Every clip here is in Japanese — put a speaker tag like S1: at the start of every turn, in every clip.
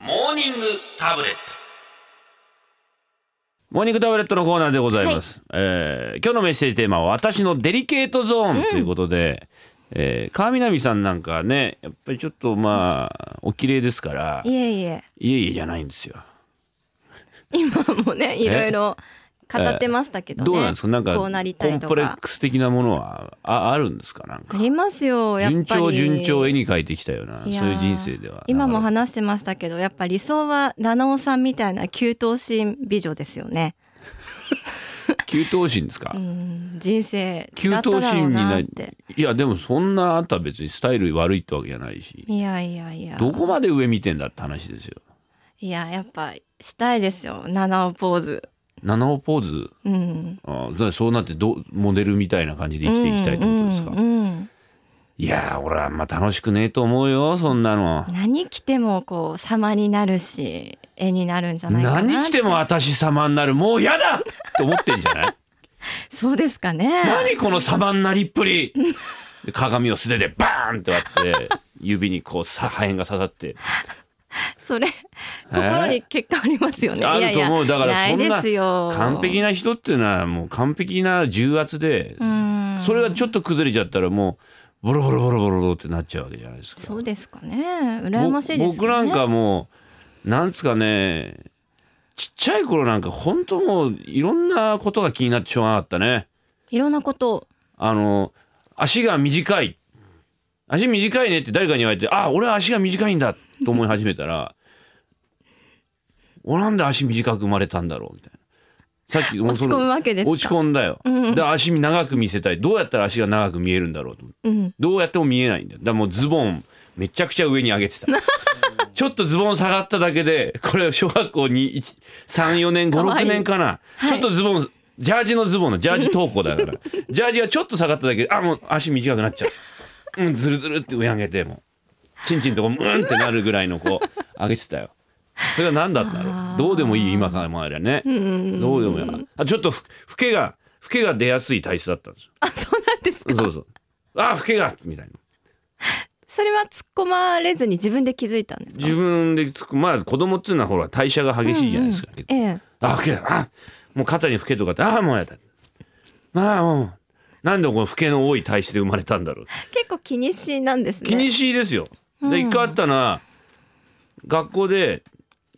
S1: ニングタブレット
S2: モーニングタブレットのコーナーでございます、えー今日のメッセージテーマは私のデリケートゾーンということで、えー、川南さんなんかねやっぱりちょっとまあお綺麗ですから
S3: いえいえ
S2: いえいえじゃないんですよ
S3: 今もねいろいろ語ってましたけどね、
S2: どうなんですかなんか
S3: こうなりた
S2: コ
S3: い
S2: ン
S3: と
S2: プレッ
S3: か
S2: クス的なものはああるんですかなん
S3: あ
S2: か
S3: りますよやっぱ
S2: 順
S3: り
S2: 調順調絵に描いてきたようなそう
S3: いやー
S2: いう人生では
S3: 今も
S2: なか
S3: 話してましたけどやっぱ理想は七尾さんみたいな給湯神美女ですよね
S2: なか給湯神ですか、
S3: うん人生違
S2: 給
S3: った
S2: 湯
S3: だ
S2: 神
S3: ろう
S2: にな
S3: なっ
S2: い
S3: て
S2: いやでもそんなあんた別にスタイル悪いってわけじゃないし
S3: いやいやいや
S2: どこまで上見てんだって話ですよ
S3: いややっぱしたいですよ七尾ポーズ
S2: 七尾ポーズ
S3: うん
S2: あーだからそうなってどうモデルみたいな感じで生きていきたいってことですか、
S3: うんうんうん
S2: いやー俺はあんま楽しくねえと思うよそんなの
S3: 何着てもこう様になるし絵になるんじゃないかなって
S2: 何着ても私様になるもうやだって思ってんじゃない
S3: そうですかね
S2: 何この様になりっぷりで鏡を素手でバーンって割って指にこうさ破片が刺さって
S3: それ心に結果ありますよね、
S2: あ
S3: いや
S2: る
S3: い
S2: と
S3: や
S2: 思うだから
S3: な
S2: そ
S3: い
S2: ん
S3: で
S2: な
S3: すよ
S2: 完璧な人っていうのはもう完璧な重圧で
S3: うん
S2: それがちょっと崩れちゃったらもうボロボロボロボロボロってなっちゃうわけじゃないですか。
S3: そうですかね羨ましいです
S2: 僕
S3: よね
S2: なんかもうなんつうかねちっちゃい頃なんか本当もういろんなことが気になってしょうがなかったね
S3: いろんなことを
S2: あの足が短い足短いねって誰かに言われてあ俺は足が短いんだと思い始めたら 俺なんで足短く生まれたんだろうみたいなさっきもう
S3: 落
S2: そ
S3: ち込む
S2: の
S3: わけですか
S2: 落ち込んだよ、
S3: うん
S2: で足長く見せたいどうやったら足が長く見えるんだろうと思って
S3: うん
S2: どうやっても見えないんだよだからもうズボンめちゃくちゃ上に上げ てたちょっとズボン下がっただけでこれ小学校に34年
S3: かわい
S2: 56
S3: い
S2: 年かな
S3: はい
S2: ちょっとズボンジャージのズボンのジャージ投稿だからジャージがちょっと下がっただけであもう足短くなっちゃううんズルズルって上上げてもうチンチンとこうムーンってなるぐらいのこう上げてたよそれは何だったんだろう
S3: あー
S2: どうでもいい今からもあればねどうでもいいあちょっとふ老けが老けが出やすい体質だったんですよ
S3: あそうなんですか
S2: そうそうあ老けがみたいな
S3: それは突っ込まれずに自分で気づいたんですか
S2: 自分でつくまあ子供っつうのはほら代謝が激しいじゃないですか、結構
S3: ええ
S2: あ老けだあもう肩に老けとかってあもうやだまあもうなんでこの老けの多い体質で生まれたんだろう
S3: 結構気にしなんですね
S2: 気にしいですよ、で一回あったのは学校で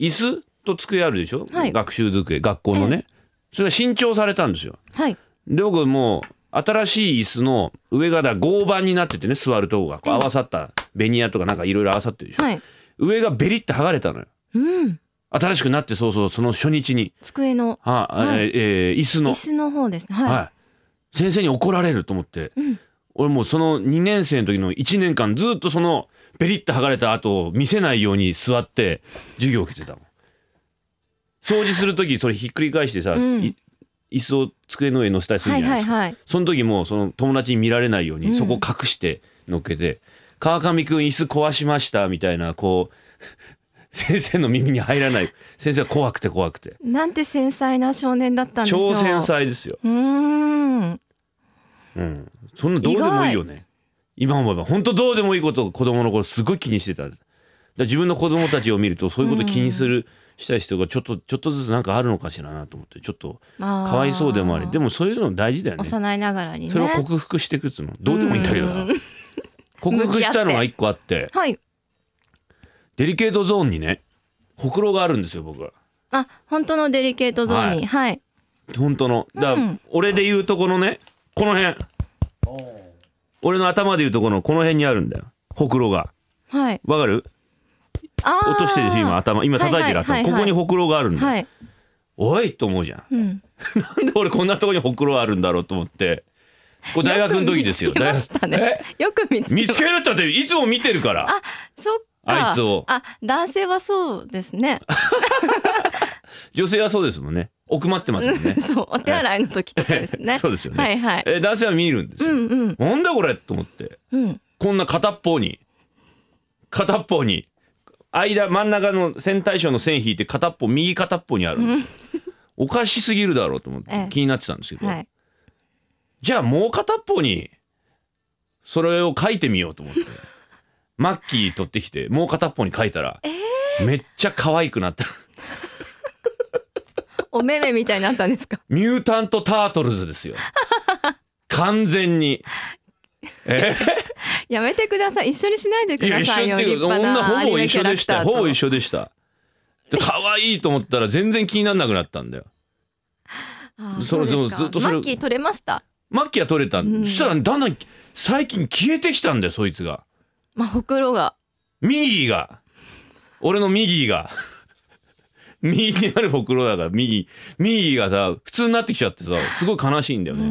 S2: 椅子と机あるでしょ、
S3: はい
S2: 学習机学校のね、それが新調されたんですよ
S3: はい
S2: で僕もう新しい椅子の上がだ合板になっててね座るとこがこう合わさったベニヤとかなんかいろいろ合わさってるでしょ、
S3: はい
S2: 上がベリって剥がれたのよ
S3: うん
S2: 新しくなってそうそうその初日に、
S3: 机の
S2: はあ
S3: は
S2: え
S3: い
S2: ーえー椅子の
S3: 椅子の方ですねはい、
S2: はい、先生に怒られると思って、
S3: ん
S2: 俺もうその2年生の時の1年間ずっとそのベリッと剥がれた後を見せないように座って授業を受けてたもん掃除する時それひっくり返してさ、
S3: うん
S2: い椅子を机の上に乗せたりする
S3: は
S2: じ
S3: い
S2: ゃないで
S3: はい
S2: すか、
S3: はい
S2: その時もその友達に見られないよう
S3: う
S2: に
S3: ん
S2: そこ隠して乗っけて「川上くん椅子壊しました」みたいなこう 先生の耳に入らない先生は怖くて怖くて
S3: なんて繊細な少年だったんでしょう
S2: 超繊細ですよ、
S3: うーん
S2: うん、そんなどうでもいいよね今思えば本当どうでもいいことを子供の頃すごい気にしてたんですだから自分の子供たちを見るとそういうこと気にするしたい人がちょっとちょっとずつなんかあるのかしらなと思ってちょっと
S3: まあ
S2: かわいそうでもありで
S3: も
S2: もそういうの大事だよね
S3: 幼いながらにね
S2: それを克服していくっつうのどうでもいいんだけどな
S3: うん
S2: 克服したのが一個あって
S3: はい
S2: デリケートゾーンにねほくろがあるんですよ僕は
S3: あ本当のデリケートゾーンにはい、
S2: 本当のだから、
S3: うん
S2: 俺で言うとこのねこの辺俺の頭で言うとこのこの辺にあるんだよほくろが
S3: はい、
S2: わかる
S3: あー
S2: 落としてるでしょ今頭今叩いてる頭、
S3: はいはいはいはい
S2: ここにほくろがあるんだよ、
S3: はい、
S2: おいと思うじゃん
S3: うん、
S2: なんで俺こんなとこにほくろあるんだろうと思ってこれ大学の時ですよ
S3: く見つけました
S2: 大
S3: ね
S2: 学。
S3: よく見つ
S2: え見つ
S3: け
S2: けるったっていつも見てるから
S3: そっか。
S2: あいつを
S3: あ、男性はそうですね。
S2: 女性はそうですもんね奥まってますもんね
S3: そう、お手洗いの時とかですね。
S2: そうですよね
S3: はいは い。
S2: え男性は見るんです
S3: う
S2: よ、
S3: んうん
S2: なんだこれと思って
S3: うん。
S2: こんな片っぽに片っぽに間真ん中の線対称の線引いて片っぽ右片っぽにあるんですよおかしすぎるだろうと思っ
S3: え
S2: て
S3: え
S2: 気になってたんですけど、
S3: はい。
S2: じゃあもう片っぽに それを書いてみようと思ってマッキー取ってきてもう片っぽに書いたら、めっちゃ可愛くなった
S3: お目目みたいになったんですか
S2: ミュータント・タートルズですよ完全にえ
S3: やめてください一緒にしないでく
S2: いや
S3: だ
S2: 一
S3: さい
S2: 緒
S3: よ
S2: っていう
S3: 立派
S2: 女
S3: な
S2: ほぼ
S3: アニメ
S2: 一
S3: キャ
S2: 緒
S3: ラ
S2: で
S3: ク
S2: し
S3: ター
S2: た
S3: と
S2: ほぼ一緒でしたで可愛いと思ったら全然気にならなくなったんだよ
S3: あー
S2: それ
S3: うで
S2: で
S3: す
S2: も
S3: か
S2: ずっとそれ
S3: マッキー取れました
S2: マッキーは取れた、
S3: ん
S2: そしたらだんだん最近消えてきたんだよそいつが
S3: まあほくろが
S2: ミギーが俺のミギーが 右にあるほくろだから右右がさ普通になってきちゃってさすごい悲しいんだよ
S3: うー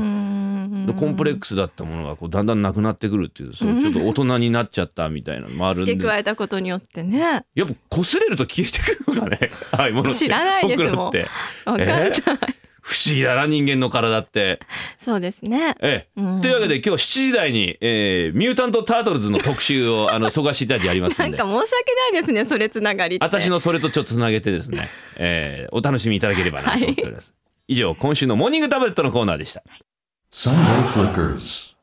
S2: ね、
S3: ん
S2: コンプレックスだったものがこうだんだんなくなってくるっていうそうちょっと大人になっちゃったみたいなのもあるんで
S3: 付け加えたことによってね
S2: やっぱ擦れると消えてくるのかね ああいうものって
S3: 知らないです
S2: ほくろって
S3: わかんない、
S2: え不思議だな人間の体って
S3: そうですね
S2: ええ
S3: うん
S2: というわけで今日7時台に、えーミュータント・タートルズの特集を あの忙しいただいてやります
S3: なんん
S2: で
S3: か申し訳ないですねそれつながりって
S2: 私のそれとちょっとつなげてですね、えーお楽しみいただければなと思っております、以上今週のモーニングタブレットのコーナーでした
S1: Sunday Flickers.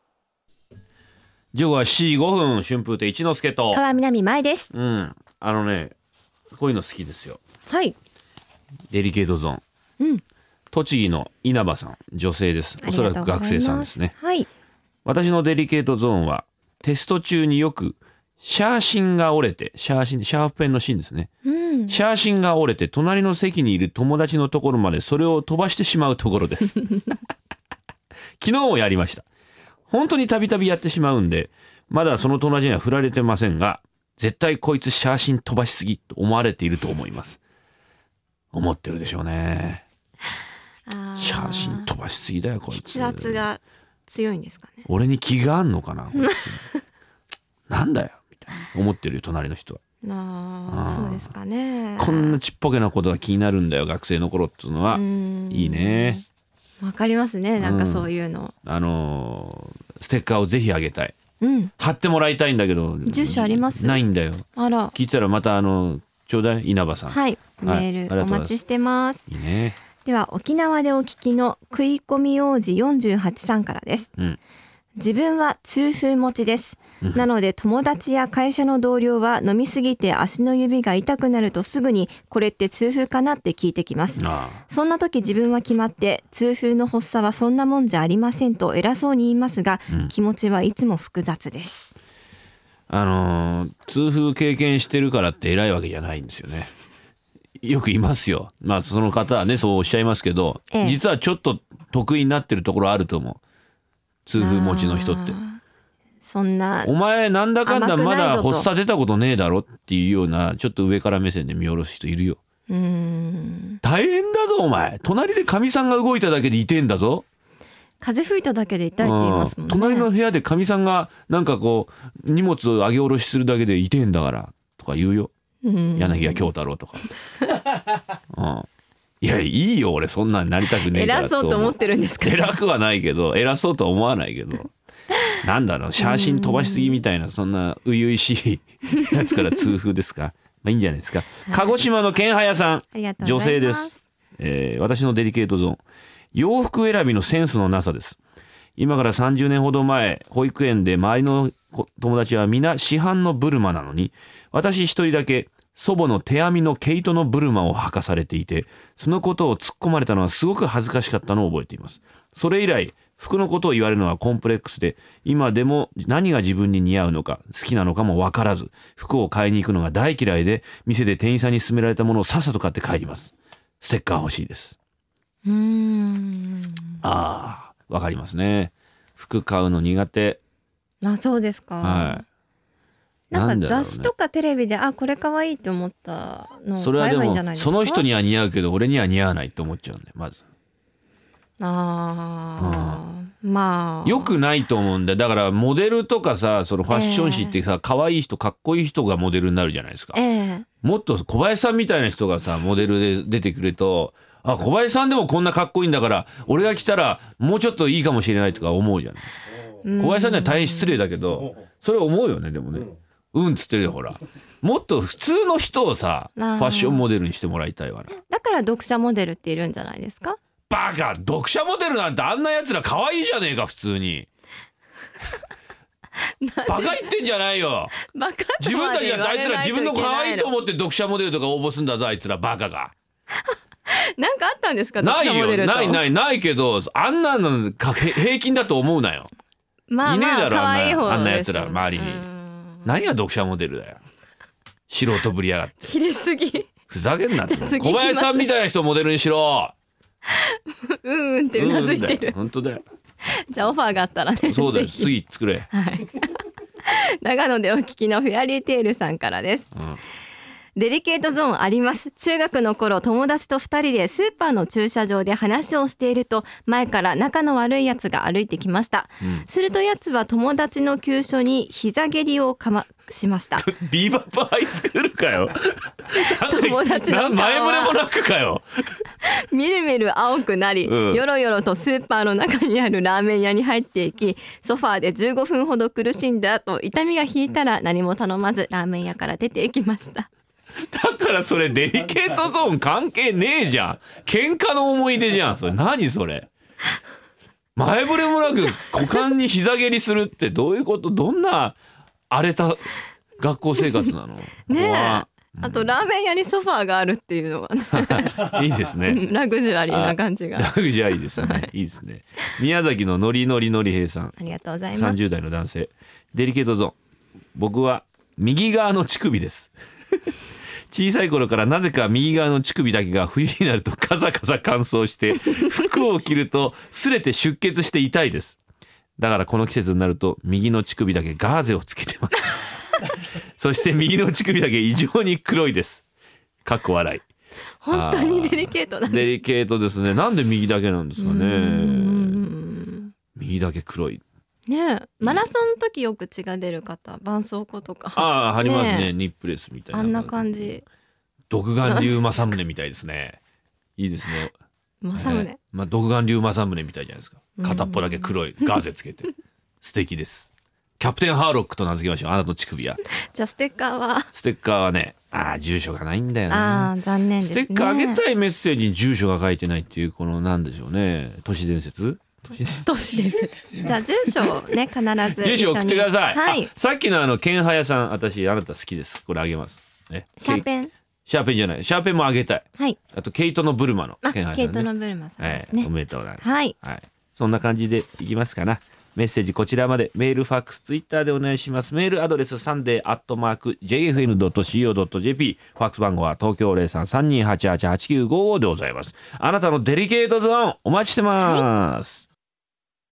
S2: 時刻は7時5分春風亭一之輔と
S3: 川南舞です
S2: うんあのねこういうの好きですよ
S3: はい
S2: デリケートゾーン、
S3: うん
S2: 栃木の稲葉さん女性ですおそらく学生さんですね
S3: はい
S2: 私のデリケートゾーンはテスト中によくシャーシンが折れてシャーシンシャープペンの芯ですね
S3: うん
S2: シャーシンが折れて隣の席にいる友達のところまでそれを飛ばしてしまうところです 昨日もやりました本当にたびたびやってしまうんでまだその友達には振られてませんが絶対こいつシャーシン飛ばしすぎと思われていると思います思ってるでしょうね
S3: あ
S2: シャーシン飛ばしすぎだよこいつ
S3: 筆圧が強いんですかね
S2: 俺に気があんのかなこいつ なんだよみたいな思ってるよ隣の人は
S3: あ
S2: あ
S3: あ
S2: ー
S3: そうですかね
S2: こんなちっぽけなことが気になるんだよ学生の頃っつうのは
S3: うん
S2: いいね
S3: わかりますねなんかそういうの
S2: あのーステッカーをぜひあげたい
S3: うん
S2: 貼ってもらいたいんだけど
S3: 住所あります
S2: ないんだよ
S3: あら
S2: 聞いたらまたあのちょうだい稲葉さん、
S3: はいメ
S2: はい
S3: ー
S2: ありがとうござい
S3: ルお
S2: ます
S3: 待ちしてます
S2: い、いね
S3: では沖縄でお聞きの食い込み王子48さんからです、
S2: うん
S3: 自分は痛風持ちですなので友達や会社の同僚は飲みすぎて足の指が痛くなるとすぐにこれって痛風かなって聞いてきます
S2: ああ
S3: そんな時自分は決まって痛風の発作はそんなもんじゃありませんと偉そうに言いますが、
S2: うん
S3: 気持ちはいつも複雑です
S2: あのー痛風経験してるからって偉いわけじゃないんですよねよくいますよまあその方はねそうおっしゃいますけど、
S3: ええ
S2: 実はちょっと得意になってるところあると思う痛風持ちの人って
S3: あーそんな
S2: お前なんだかんだま
S3: 甘くない
S2: だ
S3: ぞと
S2: 発作出たことねえだろっていうようなちょっと上から目線で見下ろす人いるよ
S3: うーん
S2: 大変だぞお前隣でかみさんが動いただけでいてんだぞ
S3: 風吹いただけで痛いって言いますもんね
S2: うん隣の部屋でかみさんがなんかこう荷物を上げ下ろしするだけでいてんだからとか言うよ
S3: うん
S2: 柳家京太郎とか、うん、いやいいよ俺そんなんなりたくねえから
S3: 偉そうと思ってるんですか
S2: 偉くはないけど偉そうとは思わないけどなんだろう写真飛ばしすぎみたいなそんな初々し いやつから痛風ですかまあいいんじゃないですか鹿児島の健早さん
S3: ありがとうご
S2: 女
S3: ざ
S2: 性
S3: い
S2: で
S3: ます
S2: す、えー私のデリケートゾーン洋服選びのセンスのなさです今から30年ほど前保育園で周りの子友達は皆市販のブルマなのに私一人だけ祖母の手編みの毛糸のブルマを履かされていてそのことを突っ込まれたのはすごく恥ずかしかったのを覚えていますそれ以来服のことを言われるのはコンプレックスで今でも何が自分に似合うのか好きなのかも分からず服を買いに行くのが大嫌いで店で店員さんに勧められたものをさっさと買って帰りますステッカー欲しいです
S3: うーん
S2: ああわかりますね服買うの苦手
S3: まあそうですか、
S2: はい
S3: なんか
S2: だろうね
S3: 雑誌とかテレビで、あこれ可愛いって思ったのを
S2: それは
S3: 買
S2: で
S3: えばいいん
S2: も
S3: じゃないです
S2: そ
S3: か
S2: の人には似合うけど俺には似合わないって思っちゃうんでまず
S3: あーまあ
S2: よくないと思うんだよだからモデルとかさそのファッション誌ってさ、可愛い人かっこいい人がモデルになるじゃないですか
S3: ええ
S2: もっと小林さんみたいな人がさモデルで出てくるとあ小林さんでもこんなかっこいいんだから俺が来たらもうちょっといいかもしれないとか思うじゃない小林さんには大変失礼だけどそれ思うよねでもねうんっつってるよほらもっと普通の人をさ
S3: あ
S2: フ
S3: ー
S2: ァッションモデルにしてもらいたいわな
S3: だから読者モデルっているんじゃないですか
S2: バ カ読者モデルなんてあんなやつら可愛いじゃねえか普通にバカ言ってんじゃないよ
S3: バカ
S2: 自
S3: と
S2: 分
S3: ま
S2: たち
S3: で言
S2: だって
S3: わ
S2: あいつ
S3: れ
S2: ら
S3: な
S2: 自
S3: い
S2: 分
S3: と
S2: の可愛いと
S3: い
S2: 思って読者モデルとか応募すんだぞあいつらバカが
S3: けないのなんかあったんですか
S2: ない
S3: 読者モデ
S2: よ
S3: ルと
S2: ないないないけどあんなのかへ平均だと思うなよ
S3: まあ
S2: いねえ
S3: ま
S2: だ
S3: あ
S2: ろ
S3: 可愛い方
S2: あんな
S3: ですよ
S2: あんな奴ら周りに
S3: うん
S2: 何が読者モデルだよ素人ぶりやがって
S3: 切れすぎ
S2: ふざけんなって
S3: じゃあ次
S2: 小
S3: 行きます
S2: 林さんみたいな人をモデルにしろ
S3: うんうんってうなずいてる
S2: うんだよ本当だよ
S3: じゃあオファーがあったらね
S2: そうだよ
S3: ぜひ
S2: 次作れ
S3: 長野でお聞きのフェアリーテールさんからで
S2: ん
S3: す、デリケートゾーンあります中学の頃友達と二人でスーパーの駐車場で話をしていると前から仲の悪いやつが歩いてきました、するとやつは友達の急所に膝蹴りをかましました
S2: ビーバップハイスクールかよ
S3: 友達の顔
S2: な
S3: は
S2: ん前触れもなくかよ
S3: みるみる青くなり、
S2: うん
S3: よろよろとスーパーの中にあるラーメン屋に入っていきソファーで15分ほど苦しんだ後痛みが引いたら何も頼まずラーメン屋から出ていきました
S2: だからそれデリケートゾーン関係ねえじゃん喧嘩の思い出じゃんそれ何それ前触れもなく股間に膝蹴りするってどういうことどんな荒れた学校生活なの
S3: ねえ
S2: 怖
S3: あとラーメン屋にソファーがあるっていうの はね
S2: いいいですね
S3: ラグジュアリーな感じが
S2: ラグジュアリーですねいいですね宮崎ののりのりのりへいさん
S3: ありがとうございます
S2: 30代の男性デリケートゾーン僕は右側の乳首です 小さい頃からなぜか右側の乳首だけが冬になると カサカサ乾燥して服を着ると擦れて出血して痛いですだからこの季節になると右の乳首だけガーゼをつけてます そして右の乳首だけ異常に黒いですかっこ笑い
S3: 本当にデリケートなん
S2: デ
S3: です
S2: リケートですねなんで右だけなんですか
S3: う
S2: ね
S3: ん
S2: 右だけ黒い
S3: ねえマラソンの時よく血が出る方絆創膏とか
S2: ああありますね
S3: ねえ
S2: ニップレスみたいな
S3: あんな感じ
S2: 独眼竜政宗みたいですね。いいですね。
S3: まさむ
S2: えー
S3: ね
S2: まあ独眼竜政宗みたいじゃないですか
S3: う。ん
S2: 片っぽだけ黒 いガーゼつけて素敵です。キャプテンハーロックと名付けましょう。あなたの乳首は。
S3: じゃあステッカーは
S2: ステッカーはね、ああ住所がないんだよ
S3: あ
S2: な。
S3: ー残念で
S2: ス
S3: すね
S2: テッカーあ げたいメッセージに住所が書いてないっていうこのなんでしょうね。都市伝説。都市伝説
S3: 都市ですじゃあ住所をね必ず
S2: 住所送ってください。
S3: 一緒にはい
S2: あさっきのあのケンハヤさん、私あなた好きです。これあげます。ね。
S3: シャーペン
S2: シャーペンじゃない。シャーペンもあげたい。
S3: はい
S2: あとケイトのブルマの
S3: あ
S2: ケンハヤさん、ね。
S3: ケイトのブルマさんで
S2: え
S3: す
S2: え
S3: ね
S2: おめでとうございます。
S3: はい
S2: そんな感じでいきますかな。メッセージこちらまでメールファックスツイッターでお願いします。メールアドレスサンデーアットマーク jfn.co.jp ファックス番号は東京零三三二八八八九五五でございます。あなたのデリケートゾーンお待ちしてます。